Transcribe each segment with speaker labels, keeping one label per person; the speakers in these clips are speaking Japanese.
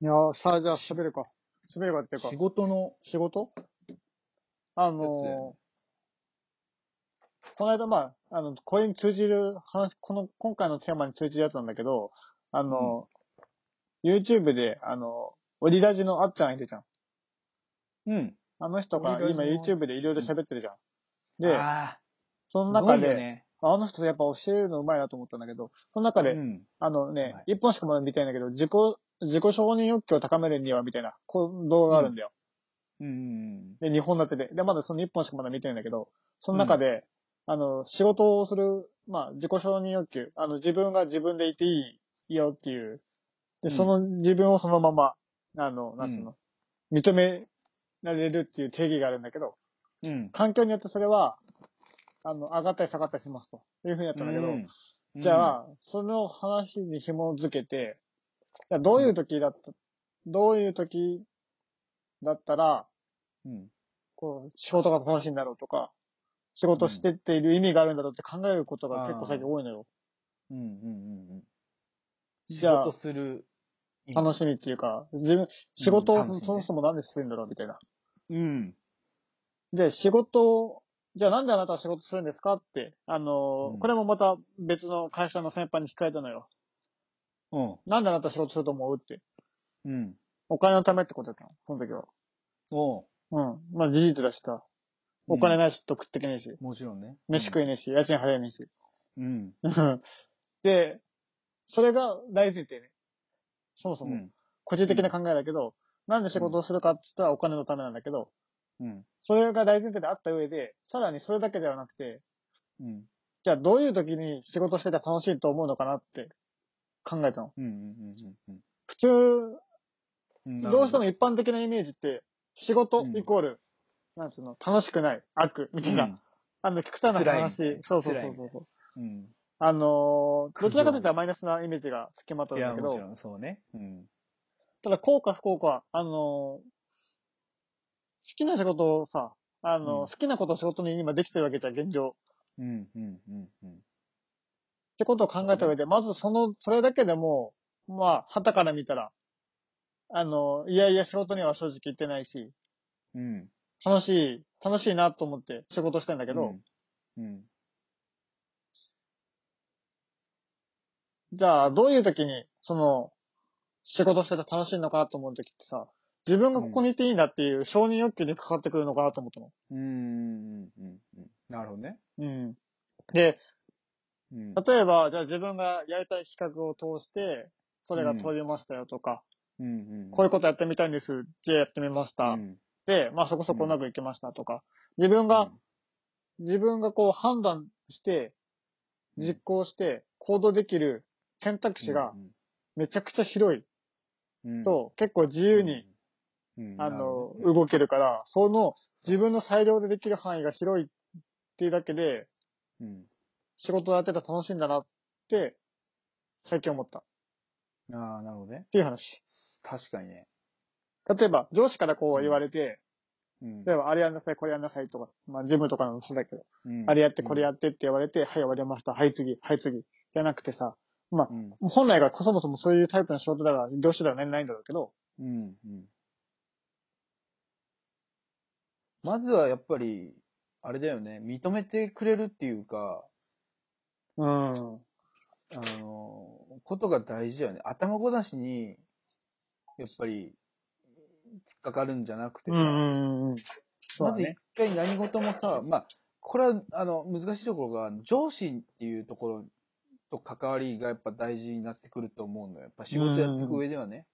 Speaker 1: いやーさあ、じゃあ喋るか。喋るかっていうか
Speaker 2: 仕、事の、
Speaker 1: 仕事あのー
Speaker 2: やつだよ
Speaker 1: この間、まあ、あの、これに通じる話、この、今回のテーマに通じるやつなんだけど、あのー YouTube で、あの、オリラジのあっちゃんいるじゃん。
Speaker 2: うん。
Speaker 1: あの人が
Speaker 2: オリラ
Speaker 1: 今
Speaker 2: ジの
Speaker 1: YouTube でいろいろ喋ってるじゃん。で、
Speaker 2: あ
Speaker 1: そ
Speaker 2: あ、
Speaker 1: の中
Speaker 2: すごいよ
Speaker 1: で、
Speaker 2: ね、
Speaker 1: あの人やっぱ教えるのうまいなと思ったんだけど、その中で、
Speaker 2: うん。
Speaker 1: あのね
Speaker 2: はい、
Speaker 1: 一、本しかまだ見てないんだけど、自己、自己承認欲求を高めるにはみたいな、こう動画があるんだよ。
Speaker 2: うんうん
Speaker 1: で、日本立てで。で、まだその一本しかまだ見てないんだけど、その中で、あの、仕事をする、まあ、自己承認欲求。あの、自分が自分でいていいよっていう。で、
Speaker 2: うん
Speaker 1: その自分をそのまま、あの、なんつうの、認められるっていう定義があるんだけど、
Speaker 2: うん。うん。
Speaker 1: 環境によってそれは、あの、上がったり下がったりしますと。いうふうにやったんだけど、じゃ
Speaker 2: あ、
Speaker 1: あ、その話に紐づけて、じゃあどういう時だった、どういう時だったら、
Speaker 2: うん。
Speaker 1: こう、仕事が楽しいんだろうとか、仕事してっている意味があるんだろうって考えることが結構最近多いのよ。
Speaker 2: うんうんうんうん。
Speaker 1: じゃあ
Speaker 2: 仕事する。
Speaker 1: 楽しみっていうか、自分、仕事
Speaker 2: 楽しい
Speaker 1: を
Speaker 2: ね
Speaker 1: そもそもなんでするんだろうみたいな。
Speaker 2: うん。
Speaker 1: で、仕事を、じゃあなんであなたは仕事するんですかって、あのー
Speaker 2: うん
Speaker 1: これもまた別の会社の先輩に聞かれたのよ。
Speaker 2: うん。
Speaker 1: なんであなたは仕事すると思うって。
Speaker 2: うん。
Speaker 1: お金のためってことだったの、その時は。
Speaker 2: おう
Speaker 1: うん。まあ事実だしさ。お金ないし、と食ってけねえし、
Speaker 2: もちろんね。
Speaker 1: 飯食えねえし、家賃払えねえし。
Speaker 2: うん。
Speaker 1: で、それが大前提ね。そもそうも。
Speaker 2: ん。
Speaker 1: 個人的な考えだけど、なんで仕事をするかって言ったらお金のためなんだけど、
Speaker 2: うん。
Speaker 1: それが大前提であった上で、さらにそれだけではなくて、
Speaker 2: うん。
Speaker 1: じゃあどういう時に仕事してたら楽しいと思うのかなって考えたの。
Speaker 2: うん。うん。うんうん
Speaker 1: 普通、
Speaker 2: うん。なる
Speaker 1: どう
Speaker 2: ほ
Speaker 1: しても一般的なイメージって、仕事
Speaker 2: うん
Speaker 1: イコール、なんつうの、楽しくない、悪、みたいな、あの、極端な
Speaker 2: 辛い
Speaker 1: 話、そうそう
Speaker 2: 辛い
Speaker 1: そうそう。
Speaker 2: うん。
Speaker 1: あのー
Speaker 2: 苦
Speaker 1: ど
Speaker 2: 情
Speaker 1: ちらかというとマイナスなイメージがつきまと
Speaker 2: うん。
Speaker 1: うんだ
Speaker 2: いや、
Speaker 1: け
Speaker 2: もち
Speaker 1: ど、
Speaker 2: ろん、そうね。うん。
Speaker 1: ただ、効果不効果、あのー好きな仕事をさ、あのー
Speaker 2: うん
Speaker 1: 好きなことを仕事に今できてるわけじゃん、現状。っ
Speaker 2: うん。うん。うん。うん。
Speaker 1: てことを考えた上で、まずその、それだけでも、まあ、旗から見たら、あのーいやいや仕事には正直行ってないし、
Speaker 2: うん。
Speaker 1: 楽しい、楽しいなと思って仕事してんだけど、
Speaker 2: うん、うん。
Speaker 1: じゃあ、どういう時に、その、仕事してて楽しいのかなと思う時ってさ、自分がここにいていいんだっていう承認欲求にかかってくるのかなと思ったの。
Speaker 2: うんうんうんうん。なるほどね。
Speaker 1: うん。で、
Speaker 2: うん。
Speaker 1: 例えば、じゃあ自分がやりたい企画を通して、それが通りましたよとか、
Speaker 2: うんうん、
Speaker 1: こういう
Speaker 2: こ
Speaker 1: ことやってみたいんです、じゃあやってみました。
Speaker 2: うん、
Speaker 1: で、まあそこそこうまくいきましたとか、自分が、自分がこう判断して、実行して、行動できる選択肢がめちゃくちゃ広いと、結構自由に、
Speaker 2: うん、うん
Speaker 1: あの、
Speaker 2: うん
Speaker 1: 動けるから、その自分の裁量でできる範囲が広いっていうだけで、
Speaker 2: うん
Speaker 1: 仕事をやってたら楽しいんだなって、最近思ったっ
Speaker 2: ああ、なるほどね。
Speaker 1: ていう話。
Speaker 2: 確かにね。
Speaker 1: 例えば、上司からこう言われて、
Speaker 2: うん
Speaker 1: 例えば、あれやんなさい、これやんなさいとか、まあ、ジムとかのそうだけど、
Speaker 2: うん
Speaker 1: あれやって、これやってって言われて、はい、終わりました、はい、次、はい、次、じゃなくてさ、まあ
Speaker 2: う、ん
Speaker 1: 本来がそもそもそういうタイプの仕事だから、上司ではないんだろうけど、
Speaker 2: うんうん。まずはやっぱり、あれだよね、認めてくれるっていうか、
Speaker 1: うん。
Speaker 2: あの、ことが大事だよね。頭ごなしに、やっぱり、突っかかるんじゃなくて
Speaker 1: う
Speaker 2: さ、
Speaker 1: ん、うん。そう
Speaker 2: ま
Speaker 1: だ
Speaker 2: ず一
Speaker 1: ね。
Speaker 2: 回何事もさ、まあ、これは、あの、難しいところが、上司っていうところと関わりがやっぱ大事になってくると思うのよ。やっぱ仕事やっていく上ではね。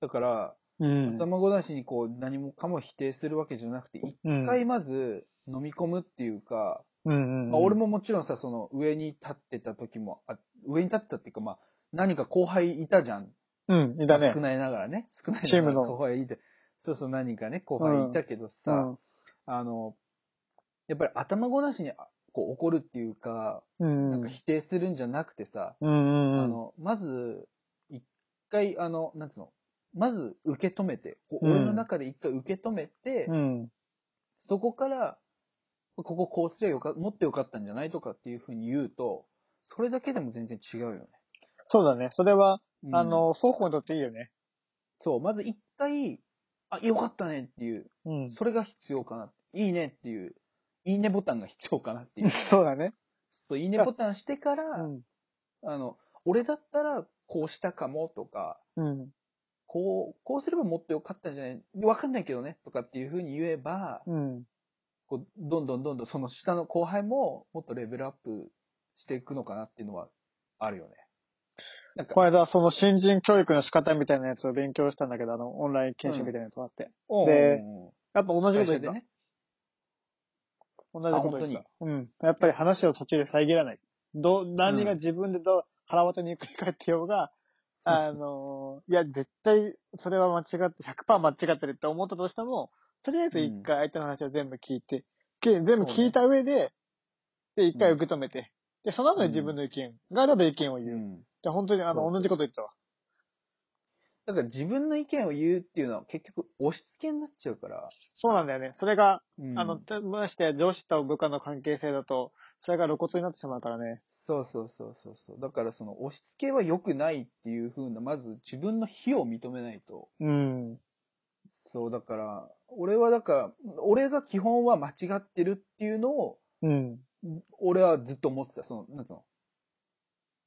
Speaker 2: だから、
Speaker 1: うん。
Speaker 2: 頭ごなしにこう、何もかも否定するわけじゃなくて、一
Speaker 1: うん。
Speaker 2: 回まず飲み込むっていうか、
Speaker 1: うん。
Speaker 2: まあ、俺、ももちろんさ、その上に立ってた時もあ、上に立ってたっていうか、まあ、何か後輩いたじゃん。
Speaker 1: うん、いたね
Speaker 2: 少。ないながらね。少ないな
Speaker 1: チー
Speaker 2: が
Speaker 1: ム
Speaker 2: ら
Speaker 1: の
Speaker 2: 後輩いて。そうそう、何かね、後輩いたけどさ、あの、やっぱり頭ごなしにあこう怒るっていうか、
Speaker 1: うん。
Speaker 2: なんか否定するんじゃなくてさ、
Speaker 1: うん。
Speaker 2: あ、の、まず、一回、あの、なんつうの、まず受け止めて、こう
Speaker 1: うん
Speaker 2: 俺の中で一回受け止めて、
Speaker 1: うん。
Speaker 2: そこから、こここうすりゃよか、もっとよかったんじゃないとかっていうふうに言うと、それだけでも全然違うよね。
Speaker 1: そうだね。それは、
Speaker 2: うん
Speaker 1: あ、の、双方にとっていいよね。
Speaker 2: そう、まず一回、あ、よかったねっていう、
Speaker 1: うん。
Speaker 2: それが必要かな。いいねっていう、いいねボタンが必要かなっていう。
Speaker 1: そうだね。
Speaker 2: そう、いいねボタンしてから、
Speaker 1: うん。
Speaker 2: あの、俺だったらこうしたかもとか、
Speaker 1: うん。
Speaker 2: こう、こうすればもっと良かったんじゃないわかんないけどねとかっていうふうに言えば、
Speaker 1: うん。
Speaker 2: こうどんどんどんどんその下の後輩ももっとレベルアップしていくのかなっていうのはあるよね。なん
Speaker 1: こ
Speaker 2: か、
Speaker 1: の間、その新人教育の仕方みたいなやつを勉強したんだけど、あの、オンライン研修みたいなやつがあって。で
Speaker 2: うん
Speaker 1: やっぱ同じこと言
Speaker 2: 会社
Speaker 1: っ
Speaker 2: で
Speaker 1: た。
Speaker 2: ね。
Speaker 1: 同じこと言っ
Speaker 2: あ
Speaker 1: た。うん。やっぱり話を途中で遮らない。ど、何が自分でどう、腹渡に繰り返ってようが、
Speaker 2: うん
Speaker 1: あのー、いや、絶対、それは間違って、100%間違ってるって思ったとしても、とりあえず一回相手の話を全部聞いて、き全部聞いた上で、で、一回受け止めて、で、その後に自分の意見があれば意見を
Speaker 2: う
Speaker 1: 言う。
Speaker 2: ん。
Speaker 1: で、本当にあ
Speaker 2: そう
Speaker 1: の、同じこと言ったわ。
Speaker 2: だから自分の意見を言うっていうのは結局押し付けになっちゃうから。
Speaker 1: そうなんだよね。それが、
Speaker 2: うん
Speaker 1: あの、たまして上司と部下の関係性だと、それが露骨になってしまうからね。
Speaker 2: そうそうそうそうそう。だからその押し付けは良くないっていう風な、まず自分の非を認めないと。
Speaker 1: うん。
Speaker 2: そう、だから、俺はだから、俺が基本は間違ってるっていうのを、
Speaker 1: うん。
Speaker 2: 俺はずっと思ってた。その、なんつうの。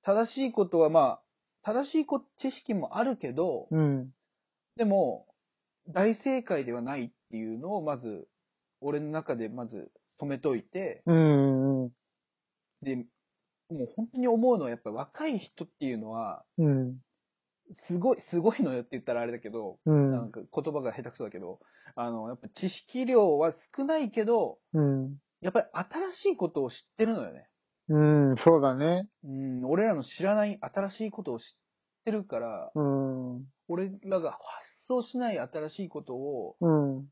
Speaker 2: 正しいことはまあ、正しいこ知識もあるけど、
Speaker 1: うん。
Speaker 2: でも、大正解ではないっていうのをまず、俺の中でまず止めといて、
Speaker 1: うん。うん
Speaker 2: で、もう本当に思うのはやっぱ若い人っていうのは、
Speaker 1: うん。
Speaker 2: すごい、すごいのよって言ったらあれだけど、
Speaker 1: う
Speaker 2: なん
Speaker 1: ん。
Speaker 2: か言葉が下手くそだけど、あの、やっぱ知識量は少ないけど、
Speaker 1: うん。
Speaker 2: やっぱり新しいことを知ってるのよね。
Speaker 1: うん。そうだね。
Speaker 2: うん、俺らの知らない新しいことを知ってるから、
Speaker 1: うん。
Speaker 2: 俺らが発想しない新しいことを
Speaker 1: うん。
Speaker 2: 知っ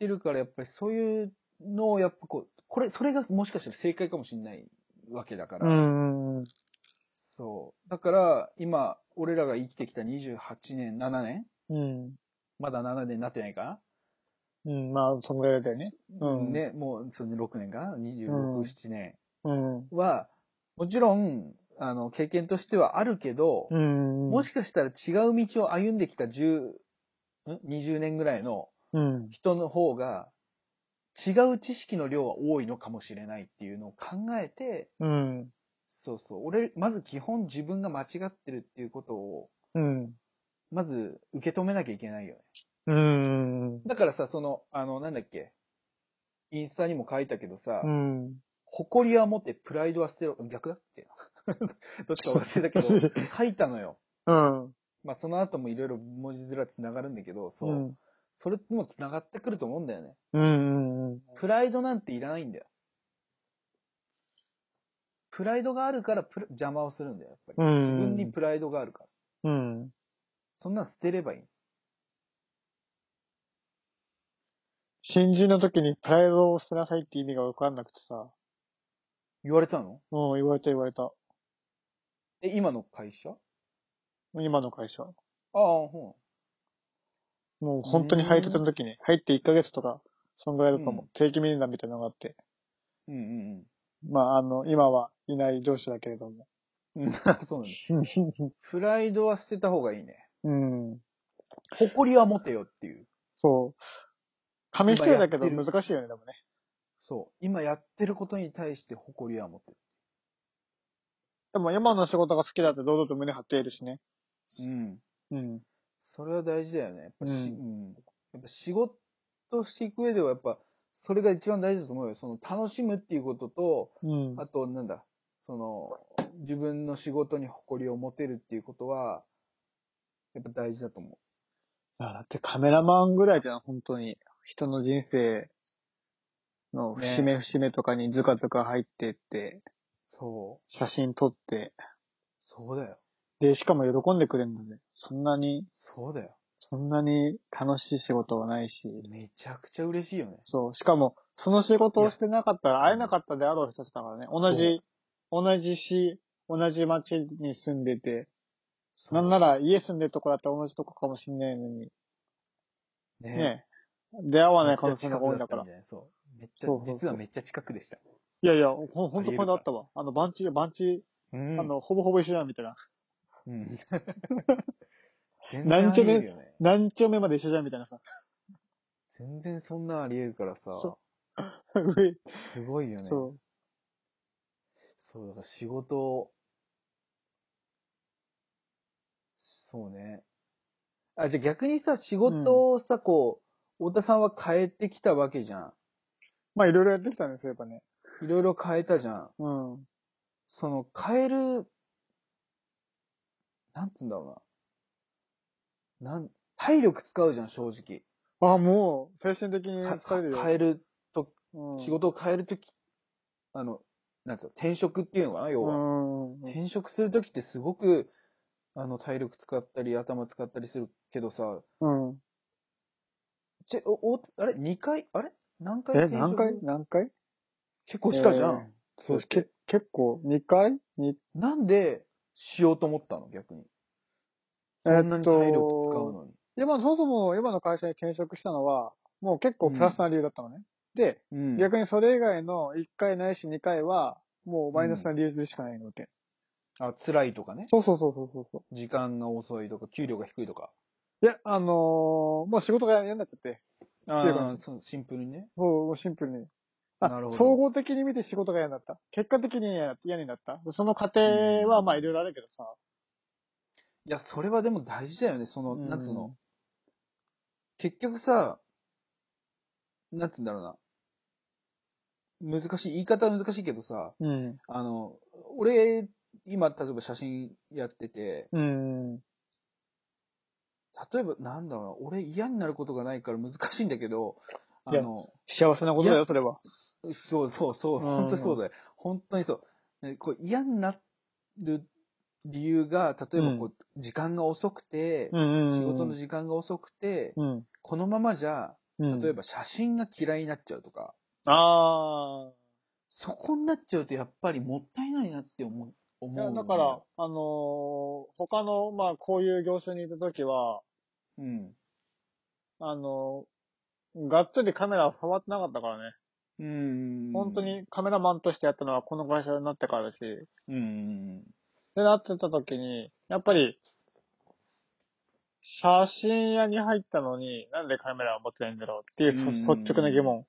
Speaker 2: てるから、やっぱりそういうのを、やっぱこう、これ、それがもしかしたら正解かもしれないわけだか
Speaker 1: う
Speaker 2: ら。
Speaker 1: ん。
Speaker 2: そう。だから、今、俺らが生きてきた28年、7年
Speaker 1: うん。
Speaker 2: まだ7年になってないかな
Speaker 1: うん。まあ、そのぐらいだよね。うん。。
Speaker 2: ね、もう、その6年か ?26、
Speaker 1: うん
Speaker 2: 7年
Speaker 1: うん。
Speaker 2: は、もちろん、あの、経験としてはあるけど、
Speaker 1: うん。
Speaker 2: もしかしたら違う道を歩んできた10、ん ?20 年ぐらいの
Speaker 1: うん。
Speaker 2: 人の方が、違う知識の量は多いのかもしれないっていうのを考えて、
Speaker 1: うん。
Speaker 2: そうそう、俺、まず基本自分が間違ってるっていうことを、
Speaker 1: うん。
Speaker 2: まず受け止めなきゃいけないよね。
Speaker 1: うん。
Speaker 2: だからさ、その、あの、なんだっけ、インスタにも書いたけどさ、
Speaker 1: うん。
Speaker 2: 誇りは持ってプライドは捨てろ、逆だっけ どっちか忘れたけど、書いたのよ。
Speaker 1: うん。
Speaker 2: まあその後もいろいろ文字面繋がるんだけど、そうう。
Speaker 1: ん。
Speaker 2: それにも繋がってくると思うんだよね。
Speaker 1: うん。
Speaker 2: プライドなんていらないんだよ。プライドがあるからプラ邪魔をするんだよ、やっぱり。
Speaker 1: うん
Speaker 2: 自分にプライドがあるから。
Speaker 1: うん。
Speaker 2: そんなの捨てればいい。
Speaker 1: 新人の時にプライドを捨てなさいって意味がわかんなくてさ。
Speaker 2: 言われたの
Speaker 1: うん、言われた言われた。
Speaker 2: え、今の会社あ
Speaker 1: 今の会社。
Speaker 2: あ、ほ
Speaker 1: もう本当に入ってた時に、入って1ヶ月とか、そんぐらいだと思う
Speaker 2: うん。
Speaker 1: 定期面談みたいなのがあって。
Speaker 2: う。うんうん
Speaker 1: まあ、あの、今はいない上司だけれども。
Speaker 2: うん。 そうなんだ。プライドは捨てた方がいいね。
Speaker 1: うん。
Speaker 2: 誇りは持てよっていう。
Speaker 1: そう。紙一重だけど
Speaker 2: 今やってる
Speaker 1: 難しいよね、でもね。
Speaker 2: そう。今やってることに対して誇りは持てる。
Speaker 1: でも今の仕事が好きだって堂々と胸張っているしね。
Speaker 2: うん。
Speaker 1: うん。
Speaker 2: それは大事だよね。やっぱし、
Speaker 1: う
Speaker 2: うんん。やっぱ仕事していく上では、やっぱ、それが一番大事だと思うよ。その、楽しむっていうことと、
Speaker 1: うん。
Speaker 2: あと、なんだ、その、自分の仕事に誇りを持てるっていうことは、やっぱ大事だと思
Speaker 1: だってカメラマンぐらいじゃん、本当に。人の人生の節目節目とかにずかずか入ってって、
Speaker 2: う。そう。
Speaker 1: 写真撮って、
Speaker 2: そうだよ。
Speaker 1: で、しかも喜んでくれるんだね。そんなに、
Speaker 2: そうだよ。
Speaker 1: そんなに楽しい仕事はないし。
Speaker 2: めちゃくちゃ嬉しいよね。
Speaker 1: そう。しかも、その仕事をしてなかったら会えなかったであろう人たちだからね。同じ、同じ市、同じ町に住んでて、
Speaker 2: そう
Speaker 1: なんなら家住んでるとこだったら同じとこかもしんないのに、
Speaker 2: ね
Speaker 1: ね出会わない可
Speaker 2: めっ
Speaker 1: 能
Speaker 2: ち
Speaker 1: 性
Speaker 2: ゃ近
Speaker 1: が
Speaker 2: く
Speaker 1: 多い
Speaker 2: だ
Speaker 1: んだ
Speaker 2: った
Speaker 1: か
Speaker 2: み
Speaker 1: ら。
Speaker 2: たいなそう。めっちゃ
Speaker 1: そうそうそう
Speaker 2: 実はめっちゃ近くでした。
Speaker 1: いやいや、ほんほんと
Speaker 2: ありえる
Speaker 1: これだったわ。あの、番地、番地、
Speaker 2: う ん
Speaker 1: あの、ほぼほぼ一緒だみたいな。
Speaker 2: うん。
Speaker 1: なんちゃね
Speaker 2: 全然あり得るよね
Speaker 1: 何丁目まで一緒じゃんみたいなさ。
Speaker 2: 全然そんなんあり得るからさ
Speaker 1: そ、上、
Speaker 2: すごいよね。
Speaker 1: そう。
Speaker 2: そう、だから仕事を、そうね。あ、じゃあ逆にさ、仕事をさ、こう、太田さんは変えてきたわけじゃ
Speaker 1: まあいろいろやってきたんですよ、やっぱね。
Speaker 2: ん。いろいろ変えたじゃん。
Speaker 1: うん。
Speaker 2: その、変える、なんつうんだろうな。なん、体力使うじゃん、正直。
Speaker 1: あ、もう、精神的に
Speaker 2: か
Speaker 1: 疲れるよ。
Speaker 2: 変える、
Speaker 1: うん
Speaker 2: 仕事を変えるとき、あの、なんつうの、転職っていうのかな、要
Speaker 1: う
Speaker 2: は。
Speaker 1: ん。うん
Speaker 2: 転職するときってすごく、あの、体力使ったり、頭使ったりするけどさ、
Speaker 1: うん。
Speaker 2: ちぇお、お、あれ ?2 回あれ何回
Speaker 1: え、
Speaker 2: 転職
Speaker 1: 何回何回
Speaker 2: 結構したじゃん。
Speaker 1: えーそう、け結構、2回に
Speaker 2: なんで、しようと思ったの逆に。
Speaker 1: え
Speaker 2: そんな
Speaker 1: ーっ
Speaker 2: に体力使う
Speaker 1: と、
Speaker 2: のに。
Speaker 1: 今、そもそも今の会社に転職したのは、もう結構プラスな理由だったのね。で、
Speaker 2: うん
Speaker 1: 逆にそれ以外の1回ないし2回は、もうマイナスな理由でしかないので。
Speaker 2: あ、辛いとかね。
Speaker 1: そうそうそうそうそうそ
Speaker 2: 時間が遅いとか、給料が低いとか。
Speaker 1: う。いや、あのー、もう仕事が嫌になっちゃって、
Speaker 2: あ
Speaker 1: いう感
Speaker 2: あ、そう、シンプルにね。
Speaker 1: もうもうシンプルに。あ
Speaker 2: なるほど
Speaker 1: 総合的に見て仕事が嫌になった。結果的に嫌になった嫌になった。その過程はまあいろいろあるけどさ。
Speaker 2: いや、それはでも大事だよね。その、
Speaker 1: うん
Speaker 2: なんつうの。結局さ、なんつうんだろうな。難しい、言い方は難しいけどさ、
Speaker 1: うん。
Speaker 2: あの、俺、今、例えば写真やってて、
Speaker 1: うん。
Speaker 2: 例えば、なんだろうな、俺嫌になることがないから難しいんだけど、あ
Speaker 1: いや
Speaker 2: の、
Speaker 1: 幸せなことだ
Speaker 2: い
Speaker 1: よ、それは。
Speaker 2: そうそうそ
Speaker 1: う
Speaker 2: う、
Speaker 1: ん
Speaker 2: 本当にそうだよ。本当にそう。ねこう嫌になる理由が、例えばこう、時間が遅くて、
Speaker 1: ん
Speaker 2: 仕事の時間が遅くて、
Speaker 1: うん。
Speaker 2: このままじゃ、
Speaker 1: うん。
Speaker 2: 例えば写真が嫌いになっちゃうとか、
Speaker 1: ああ。
Speaker 2: そこになっちゃうとやっぱりもったいないなって思う。
Speaker 1: い
Speaker 2: 思う
Speaker 1: や
Speaker 2: よね
Speaker 1: だから、、あのー他の、まあ、こういう業種にいたときは、
Speaker 2: うん。
Speaker 1: あのーがっつりカメラを触ってなかったからね。
Speaker 2: うん。
Speaker 1: 本当、にカメラマンとしてやったのはこの会社になってからだし、
Speaker 2: うん。
Speaker 1: で、なってた時に、やっぱり、写真屋に入ったのに、なんでカメラを持ってないんだろうっていう
Speaker 2: うん
Speaker 1: そ率直な疑問。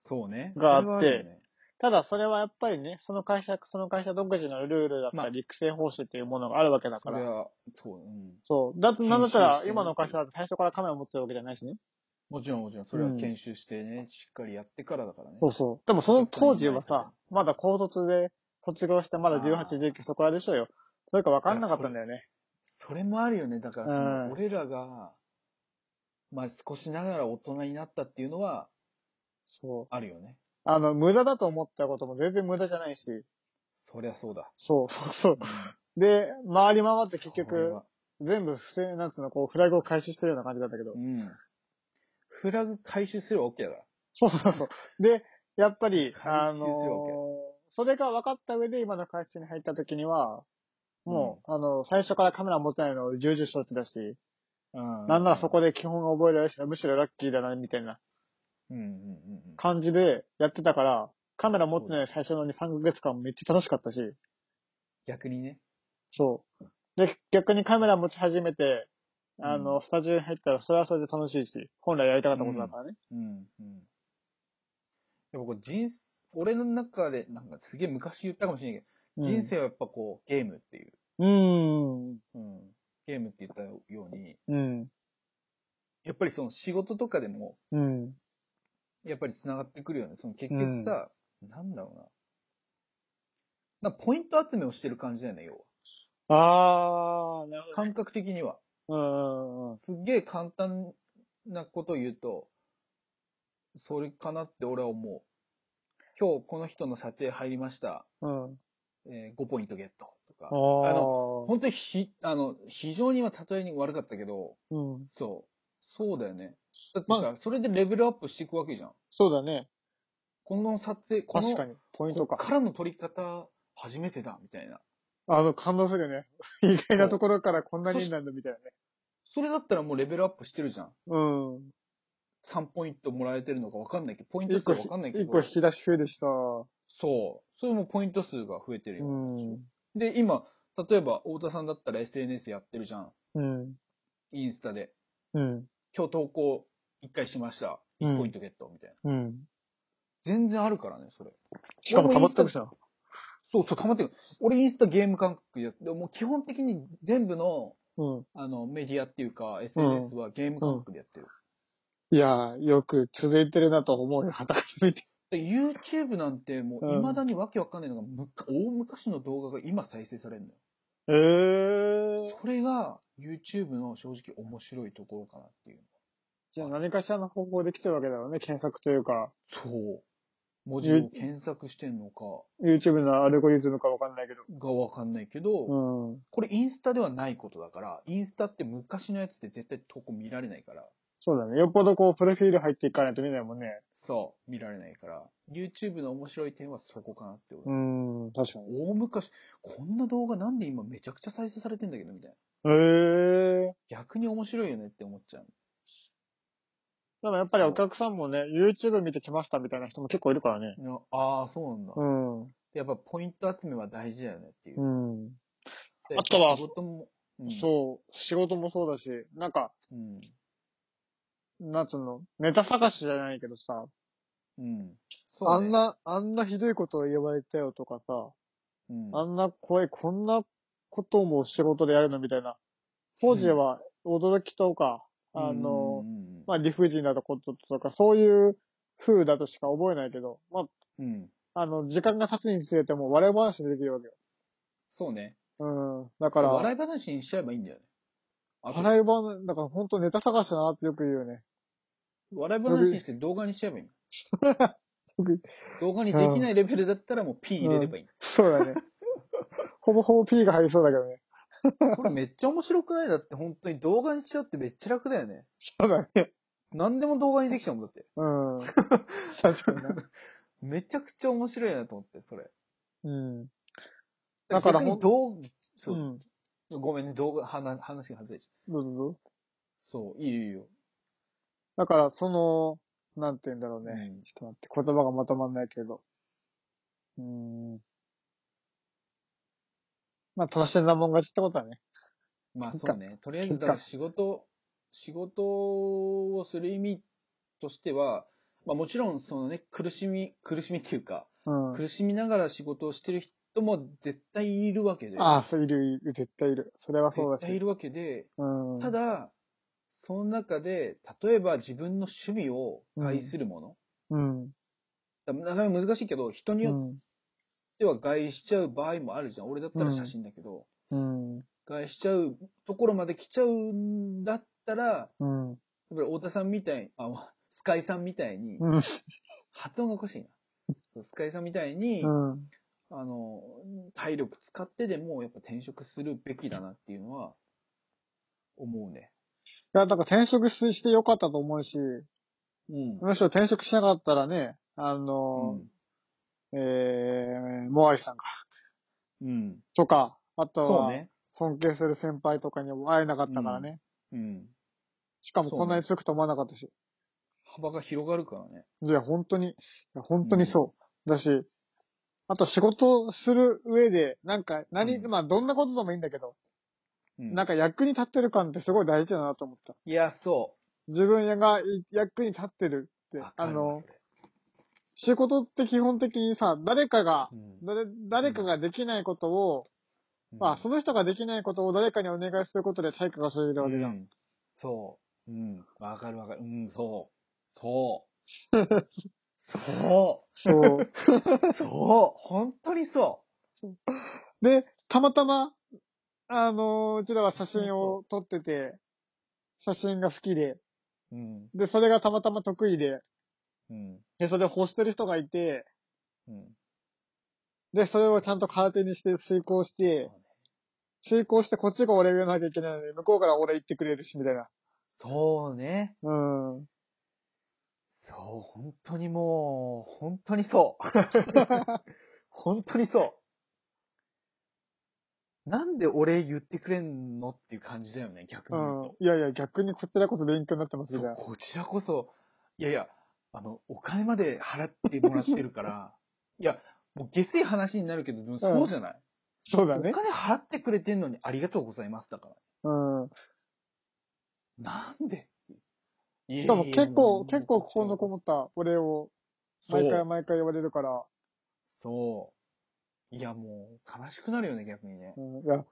Speaker 2: そうね。
Speaker 1: があって
Speaker 2: それはるよね
Speaker 1: ただ、それはやっぱりね、その会社、その会社独自のルールだった
Speaker 2: まあ
Speaker 1: り、育成方針っていうものがあるわけだか
Speaker 2: そ
Speaker 1: ら
Speaker 2: れ。は、そう、うん。
Speaker 1: そう。だって、なんだった
Speaker 2: 研修し
Speaker 1: ら、
Speaker 2: てね
Speaker 1: 今の会社だと最初からカメラを持ってるわけじゃないしね。
Speaker 2: もちろんもちろん、それは研修してね、しっかりやってからだからね。
Speaker 1: そうそう。でもその当時はさ、まだ高卒で卒業してまだ
Speaker 2: あー
Speaker 1: 18、19そこらでしょうよ。それか分かんなかったんだよね。
Speaker 2: それもあるよね。だからその、
Speaker 1: うん
Speaker 2: 俺らが、まあ少しながら大人になったっていうのは
Speaker 1: そう。
Speaker 2: あるよね。
Speaker 1: あの、無駄だと思ったことも全然無駄じゃないし。
Speaker 2: そりゃそうだ。
Speaker 1: そうそうそう。で、回り回って 結
Speaker 2: それ
Speaker 1: 局
Speaker 2: は、
Speaker 1: 全部不正、なんつうの、こう、フラグを回収してるような感じだったけど
Speaker 2: う。ん。フラグ回収すれば OK だから。
Speaker 1: そうそうそう。で、やっぱり、あ
Speaker 2: 回収する
Speaker 1: の
Speaker 2: わけ
Speaker 1: ーそれが分かった上で今の会社に入った時には、もう、あの、最初からカメラ持ってないのを重々承知だし、
Speaker 2: うん
Speaker 1: なんならそこで基本が覚えられるし、むしろラッキーだな、みたいな
Speaker 2: うんうんうんうん。
Speaker 1: 感じでやってたから、カメラ持ってない最初の2、3ヶ月間もめっちゃ楽しかったし、
Speaker 2: 逆にね。
Speaker 1: そう。で、逆にカメラ持ち始めて、あの、スタジオに入ったらそれはそれで楽しいし、本来やりたかったことだからね。
Speaker 2: うんうん。やっぱこう人生、俺の中で、なんかすげえ昔言ったかもしれないけど、人生はやっぱこう、ゲームっていう。
Speaker 1: うん。うん。
Speaker 2: うん。ゲームって言ったように、
Speaker 1: うん。
Speaker 2: やっぱりその仕事とかでも、
Speaker 1: うん。
Speaker 2: やっぱり繋がってくるよね。その結局さ、なんだろうな。なんかポイント集めをしてる感じだよね、要は。
Speaker 1: あー、なるほどね。
Speaker 2: 感覚的には。
Speaker 1: うんうんうん。
Speaker 2: すっげえ簡単なことを言うと、それかなって俺は思う。今日この人の査定入りました。
Speaker 1: うん。
Speaker 2: えー5ポイントゲットとか。
Speaker 1: あ
Speaker 2: の、
Speaker 1: ー。
Speaker 2: 本当にひ、あの、非常には例えに悪かったけど、
Speaker 1: うん。
Speaker 2: そう。そうだよね。だってさ、それでレベルアップしていくわけじゃん。
Speaker 1: そうだね。
Speaker 2: この撮影、この
Speaker 1: 確かに。ポイント
Speaker 2: こっ
Speaker 1: か。
Speaker 2: からの取り方、初めてだ、みたいな。
Speaker 1: あの、感動するよね。意外なところからこんなにいいなんだみたいなね。
Speaker 2: それだったらもうレベルアップしてるじゃん。
Speaker 1: うん。
Speaker 2: 3ポイントもらえてるのか分かんないけど、ポイント
Speaker 1: 一
Speaker 2: 数
Speaker 1: 個
Speaker 2: 分かんないけ
Speaker 1: ひ、
Speaker 2: ど。
Speaker 1: 一個引き出し増えるしさ。
Speaker 2: そう。それもポイント数が増えてる
Speaker 1: う
Speaker 2: よ。
Speaker 1: ん。
Speaker 2: で、今、例えば、太田さんだったら SNS やってるじゃん。
Speaker 1: うん。
Speaker 2: インスタで、
Speaker 1: うん。
Speaker 2: 今日投稿一回しました。
Speaker 1: う
Speaker 2: ポイン
Speaker 1: ん。
Speaker 2: トゲットみたいな。
Speaker 1: うん。
Speaker 2: 全然あるからね、それ。
Speaker 1: しかも溜まってるじゃん。
Speaker 2: そうそう、たまってくる。俺インスタゲーム感覚やって、でももう基本的に全部の、
Speaker 1: うん。
Speaker 2: あの、メディアっていうか、SNS はゲーム感覚でやってる。
Speaker 1: いやー、よく続いてるなと思うよ、働いて。
Speaker 2: で YouTube なんてもう
Speaker 1: うん
Speaker 2: 未だにわけわかんないのが、むか大昔の動画が今再生されるのよ。
Speaker 1: えー。
Speaker 2: それが YouTube の正直面白いところかなっていう。
Speaker 1: じゃあ何かしらの方法できてるわけだよね、検索というか。
Speaker 2: そう。文字を検索してんのか
Speaker 1: YouTube のアルゴリズムかわかんないけど。
Speaker 2: がわかんないけど、
Speaker 1: うん。
Speaker 2: これインスタではないことだから、インスタって昔のやつって絶対投稿見られないから、
Speaker 1: そうだね。よっぽどこう、プロフィール入っていかないと見ないもんね。
Speaker 2: そう、見られないから、YouTube の面白い点はそこかなって
Speaker 1: う
Speaker 2: 思う。
Speaker 1: ん、確かに。
Speaker 2: 大昔、こんな動画なんで今めちゃくちゃ再生されてんだけどみたいな。
Speaker 1: へえー。
Speaker 2: 逆に面白いよねって思っちゃう。
Speaker 1: でもやっぱりお客さんもね、YouTube 見てきましたみたいな人も結構いるからね。
Speaker 2: いやああ、そうなんだ。
Speaker 1: うん。う
Speaker 2: やっぱポイント集めは大事だよねっていう。
Speaker 1: ん。
Speaker 2: で
Speaker 1: あとは
Speaker 2: 仕事も、うん、
Speaker 1: そう、仕事もそうだし、なんか、
Speaker 2: うん。
Speaker 1: なんつうの、ネタ探しじゃないけどさ、
Speaker 2: うん。そうね
Speaker 1: あん、な、あんなひどいことを言われたよとかさ、
Speaker 2: うん、
Speaker 1: あんな怖い、こんなことも仕事でやるのみたいな。当時は驚きとか、あの
Speaker 2: う、んうんうん
Speaker 1: まあ、理不尽なこととか、そういう風だとしか覚えないけど、ま
Speaker 2: うん。
Speaker 1: あ、あの、時間が経つにつれても笑い話にできるわけよ。
Speaker 2: そうね。
Speaker 1: うん。だから、
Speaker 2: 笑い話にしちゃえばいいんだよね。あと
Speaker 1: 笑い場、だから本当ネタ探しだなってよく言うよ ね。
Speaker 2: 笑い話にして動画にしちゃえばいいの
Speaker 1: 僕
Speaker 2: 動画にできないレベルだったらもう P 入れればいい。
Speaker 1: そうだね。ほぼほぼ P が入りそうだけどね。
Speaker 2: これめっちゃ面白くないだって本当に動画にしようってめっちゃ楽だよね。
Speaker 1: そうだね。
Speaker 2: 何でも動画にできちゃうもんだって。
Speaker 1: うん。確かにな。
Speaker 2: めちゃくちゃ面白いなと思って、それ。
Speaker 1: うん。だからほ
Speaker 2: 逆に
Speaker 1: ん、
Speaker 2: 動
Speaker 1: う
Speaker 2: そ
Speaker 1: ん。
Speaker 2: う、ごめんね、動画、話、話が外れちゃ
Speaker 1: どうぞどうぞ。
Speaker 2: う。そう、いいよいいよ。
Speaker 1: だから、その、なんて言うんだろうね。
Speaker 2: うん
Speaker 1: ちょっと待って、言葉がまとまんないけど。うーん。まあ、楽しんだもん勝ちってことだね。
Speaker 2: まあ
Speaker 1: そっか
Speaker 2: そうね。とりあえず、だから仕事、仕事をする意味としては、まあもちろんそのね、苦しみ、苦しみっていうか、
Speaker 1: うん。
Speaker 2: 苦しみながら仕事をしてる人も絶対いるわけで。
Speaker 1: ああ、そう、いる、いる、絶対いる。それはそうだ
Speaker 2: 絶
Speaker 1: し。
Speaker 2: 対いるわけで、
Speaker 1: うん。
Speaker 2: た、だ、その中で、例えば自分の趣味を害するも
Speaker 1: うん。
Speaker 2: の、だからなかなか難しいけど、人に
Speaker 1: う
Speaker 2: よ
Speaker 1: ん。
Speaker 2: っては害しちゃう場合もあるじゃん。俺だったら写真だけど、
Speaker 1: うん。
Speaker 2: 害しちゃうところまで来ちゃうんだったら、やっ
Speaker 1: うん。
Speaker 2: ぱり太田さんみたい、あ、スカイさんみたいに、
Speaker 1: うん。
Speaker 2: 発音がおかしいな。そうスカイさんみたいに、
Speaker 1: うん。
Speaker 2: あの、体力使ってでもやっぱ転職するべきだなっていうのは、思うね。
Speaker 1: いや、だから転職ししてよかったと思うし、
Speaker 2: うん。
Speaker 1: むしろ転職しなかったらね、あの、えー、モアイさんか、
Speaker 2: うん。
Speaker 1: とか、あと
Speaker 2: そう
Speaker 1: は、
Speaker 2: ね。
Speaker 1: 尊敬する先輩とかにも会えなかったからね。
Speaker 2: うん。
Speaker 1: しかもこんなに強くと思わなかったし。
Speaker 2: 幅が広がるからね。
Speaker 1: いや、本当に、いや本当にそう。だし、あと仕事をする上で、なんか何、
Speaker 2: うん
Speaker 1: まあどんなことでもいいんだけど、
Speaker 2: うん
Speaker 1: なんか役に立ってる感ってすごい大事だなと思った。
Speaker 2: いや、そ
Speaker 1: 自分がい役に立ってるっ
Speaker 2: う。
Speaker 1: て
Speaker 2: わ、か
Speaker 1: あ
Speaker 2: るわ
Speaker 1: の、仕事って基本的にさ、誰かが
Speaker 2: それ、うん
Speaker 1: 誰誰かができないことを、まあ、その人ができないことを誰かにお願いすることで対価が生じるわけじゃん。
Speaker 2: うんそう。うん。わかるわかる。うん、そう。そう。そ
Speaker 1: そう。
Speaker 2: う。そう。本当にそ
Speaker 1: で、たまたま、あのーうちらは写真を撮ってて、写真が好きで、
Speaker 2: う。うん。
Speaker 1: で、それがたまたま得意で、
Speaker 2: うん。
Speaker 1: で、それを欲してる人がいて、
Speaker 2: うん。
Speaker 1: で、それをちゃんと空手にして遂行して、遂行してこっちが俺を言わなきゃいけないのに、向こうから俺言ってくれるし、みたいな。
Speaker 2: そうね。
Speaker 1: うん。
Speaker 2: そう。本当にもう、本当に そう。本当にそう。なんで俺言ってくれんのっていう感じだよね、逆
Speaker 1: う
Speaker 2: に言う
Speaker 1: ん。
Speaker 2: と
Speaker 1: いやいや、逆にこちらこそ勉強になってます
Speaker 2: そ
Speaker 1: み
Speaker 2: う
Speaker 1: たいな。
Speaker 2: こちらこそ、いやいや、あの、お金まで払ってもらってるから、 いや、もう下水話になるけど、でもそうじゃない、
Speaker 1: そうだ
Speaker 2: お
Speaker 1: ね。
Speaker 2: 金払ってくれてんのにありがとうございますだから。
Speaker 1: うん。
Speaker 2: なんで
Speaker 1: しかも結構、結構心の
Speaker 2: の
Speaker 1: こもったお礼を、毎回毎回言われるから、
Speaker 2: そう。いや、もう、悲しくなるよね、逆にね
Speaker 1: う。ん、いや、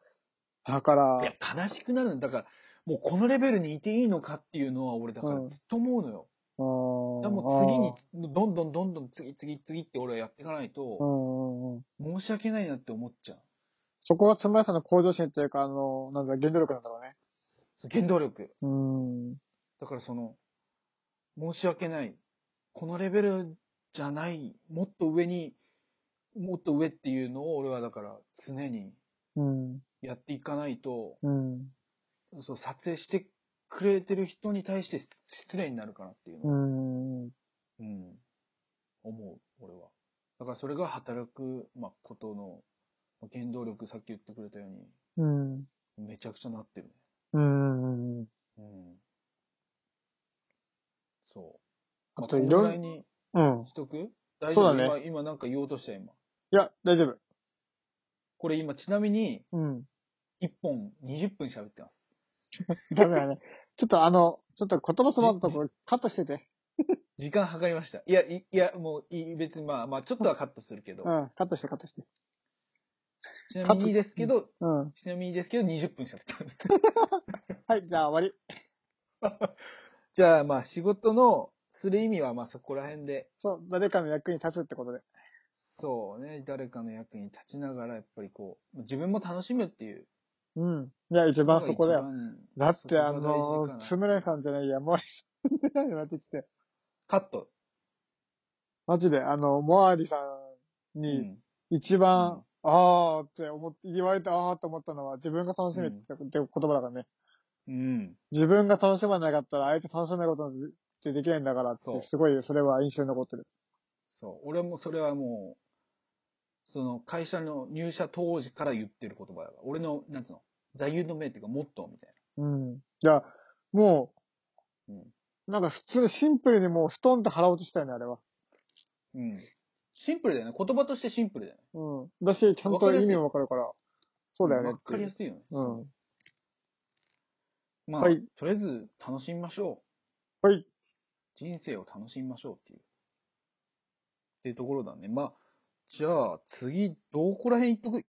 Speaker 1: だか
Speaker 2: いや
Speaker 1: ら、、
Speaker 2: 悲しくなるの。だから、もうこのレベルにいていいのかっていうのは、俺、だから
Speaker 1: うん
Speaker 2: ずっと思うの
Speaker 1: う
Speaker 2: よ。
Speaker 1: ん
Speaker 2: だからもう次に、どんどんどんどん次、次、次って俺はやっていかない
Speaker 1: うん
Speaker 2: と、
Speaker 1: うんうん
Speaker 2: 申し訳ないなって思っちゃう。
Speaker 1: そこがつむやさんの向上心というか、あの、なんだ、原動力なんだろうね。
Speaker 2: そう原動力。
Speaker 1: うん。
Speaker 2: だからその、申し訳ない。このレベルじゃない。もっと上に、もっと上っていうのを俺はだから常に
Speaker 1: うん。
Speaker 2: やっていかないと、
Speaker 1: うん。
Speaker 2: そう、撮影してくれてる人に対して失礼になるかなっていう
Speaker 1: う
Speaker 2: のは、
Speaker 1: ん。
Speaker 2: うん、思う、俺は。だからそれが働く、まあ、ことのまあ原動力、さっき言ってくれたよう
Speaker 1: うん。
Speaker 2: に、めちゃくちゃなってるね。
Speaker 1: うん。
Speaker 2: うん。そう。
Speaker 1: あと、
Speaker 2: ま
Speaker 1: い
Speaker 2: このぐ
Speaker 1: ろ
Speaker 2: らい
Speaker 1: ん、
Speaker 2: に
Speaker 1: うん。
Speaker 2: しとく大
Speaker 1: そ
Speaker 2: 丈
Speaker 1: うだ
Speaker 2: 夫、
Speaker 1: ね
Speaker 2: 今、今なんか言おうとした、
Speaker 1: い
Speaker 2: 今。
Speaker 1: や、大丈夫。
Speaker 2: これ今、ちなみに、
Speaker 1: うん。
Speaker 2: 1本20分喋ってます。
Speaker 1: ダメだね。 ちょっとあの、ちょっと言葉詰まったところカットしてて。
Speaker 2: 時間計りました。いや、いいや、もう、いい別にまあ、まあ、ちょっとはカットするけど
Speaker 1: う、ん。カットして、カットして。
Speaker 2: ちなみにですけど、
Speaker 1: うん。
Speaker 2: ちなみにですけど、20分喋ったんです。
Speaker 1: はい、じゃあ終わり。
Speaker 2: じゃあ、まあ、仕事のする意味は、まあ、そこら辺で、
Speaker 1: そう、誰かの役に立つってことで。
Speaker 2: そうね、誰かの役に立ちながら、やっぱりこう、自分も楽しむっていう。
Speaker 1: うん。いや、一番そこだよ。
Speaker 2: のが一
Speaker 1: だっ
Speaker 2: 番
Speaker 1: てあ
Speaker 2: そこ
Speaker 1: の
Speaker 2: が大事、
Speaker 1: つ
Speaker 2: かな
Speaker 1: むらさんじゃないや、もう、 つむらになってきて。
Speaker 2: カット。
Speaker 1: マジで、あの、モアリさん
Speaker 2: う
Speaker 1: に、
Speaker 2: ん
Speaker 1: 一番、あーって思って、言われてあーって思ったのは自分が楽しめってって言葉だからね。
Speaker 2: うん。
Speaker 1: 自分が楽しまなかったら相手楽しめないことなんてできないんだからって
Speaker 2: そう、
Speaker 1: すごいそれは印象に残ってる。
Speaker 2: そう。俺もそれはもう、その会社の入社当時から言ってる言葉だから。俺の、なんつうの、座右の銘っていうか、モットーみたい
Speaker 1: うん。じゃあ、も
Speaker 2: な。
Speaker 1: う、なんか普通にシンプルにもうストンって腹落ちしたよね、あれは。
Speaker 2: うん。うん。シンプルだよね。言葉としてシンプルだよね。
Speaker 1: うん。だし、ちゃんと意味もわかるから、そうだよね
Speaker 2: わ
Speaker 1: って
Speaker 2: かり
Speaker 1: い
Speaker 2: や
Speaker 1: う。
Speaker 2: すいよね。
Speaker 1: うん。
Speaker 2: まあ、
Speaker 1: はい
Speaker 2: とりあえず楽しみましょう。
Speaker 1: はい。
Speaker 2: 人生を楽しみましょうっていう。っていうところだね。まあ、じゃあ次、どこら辺行っとく、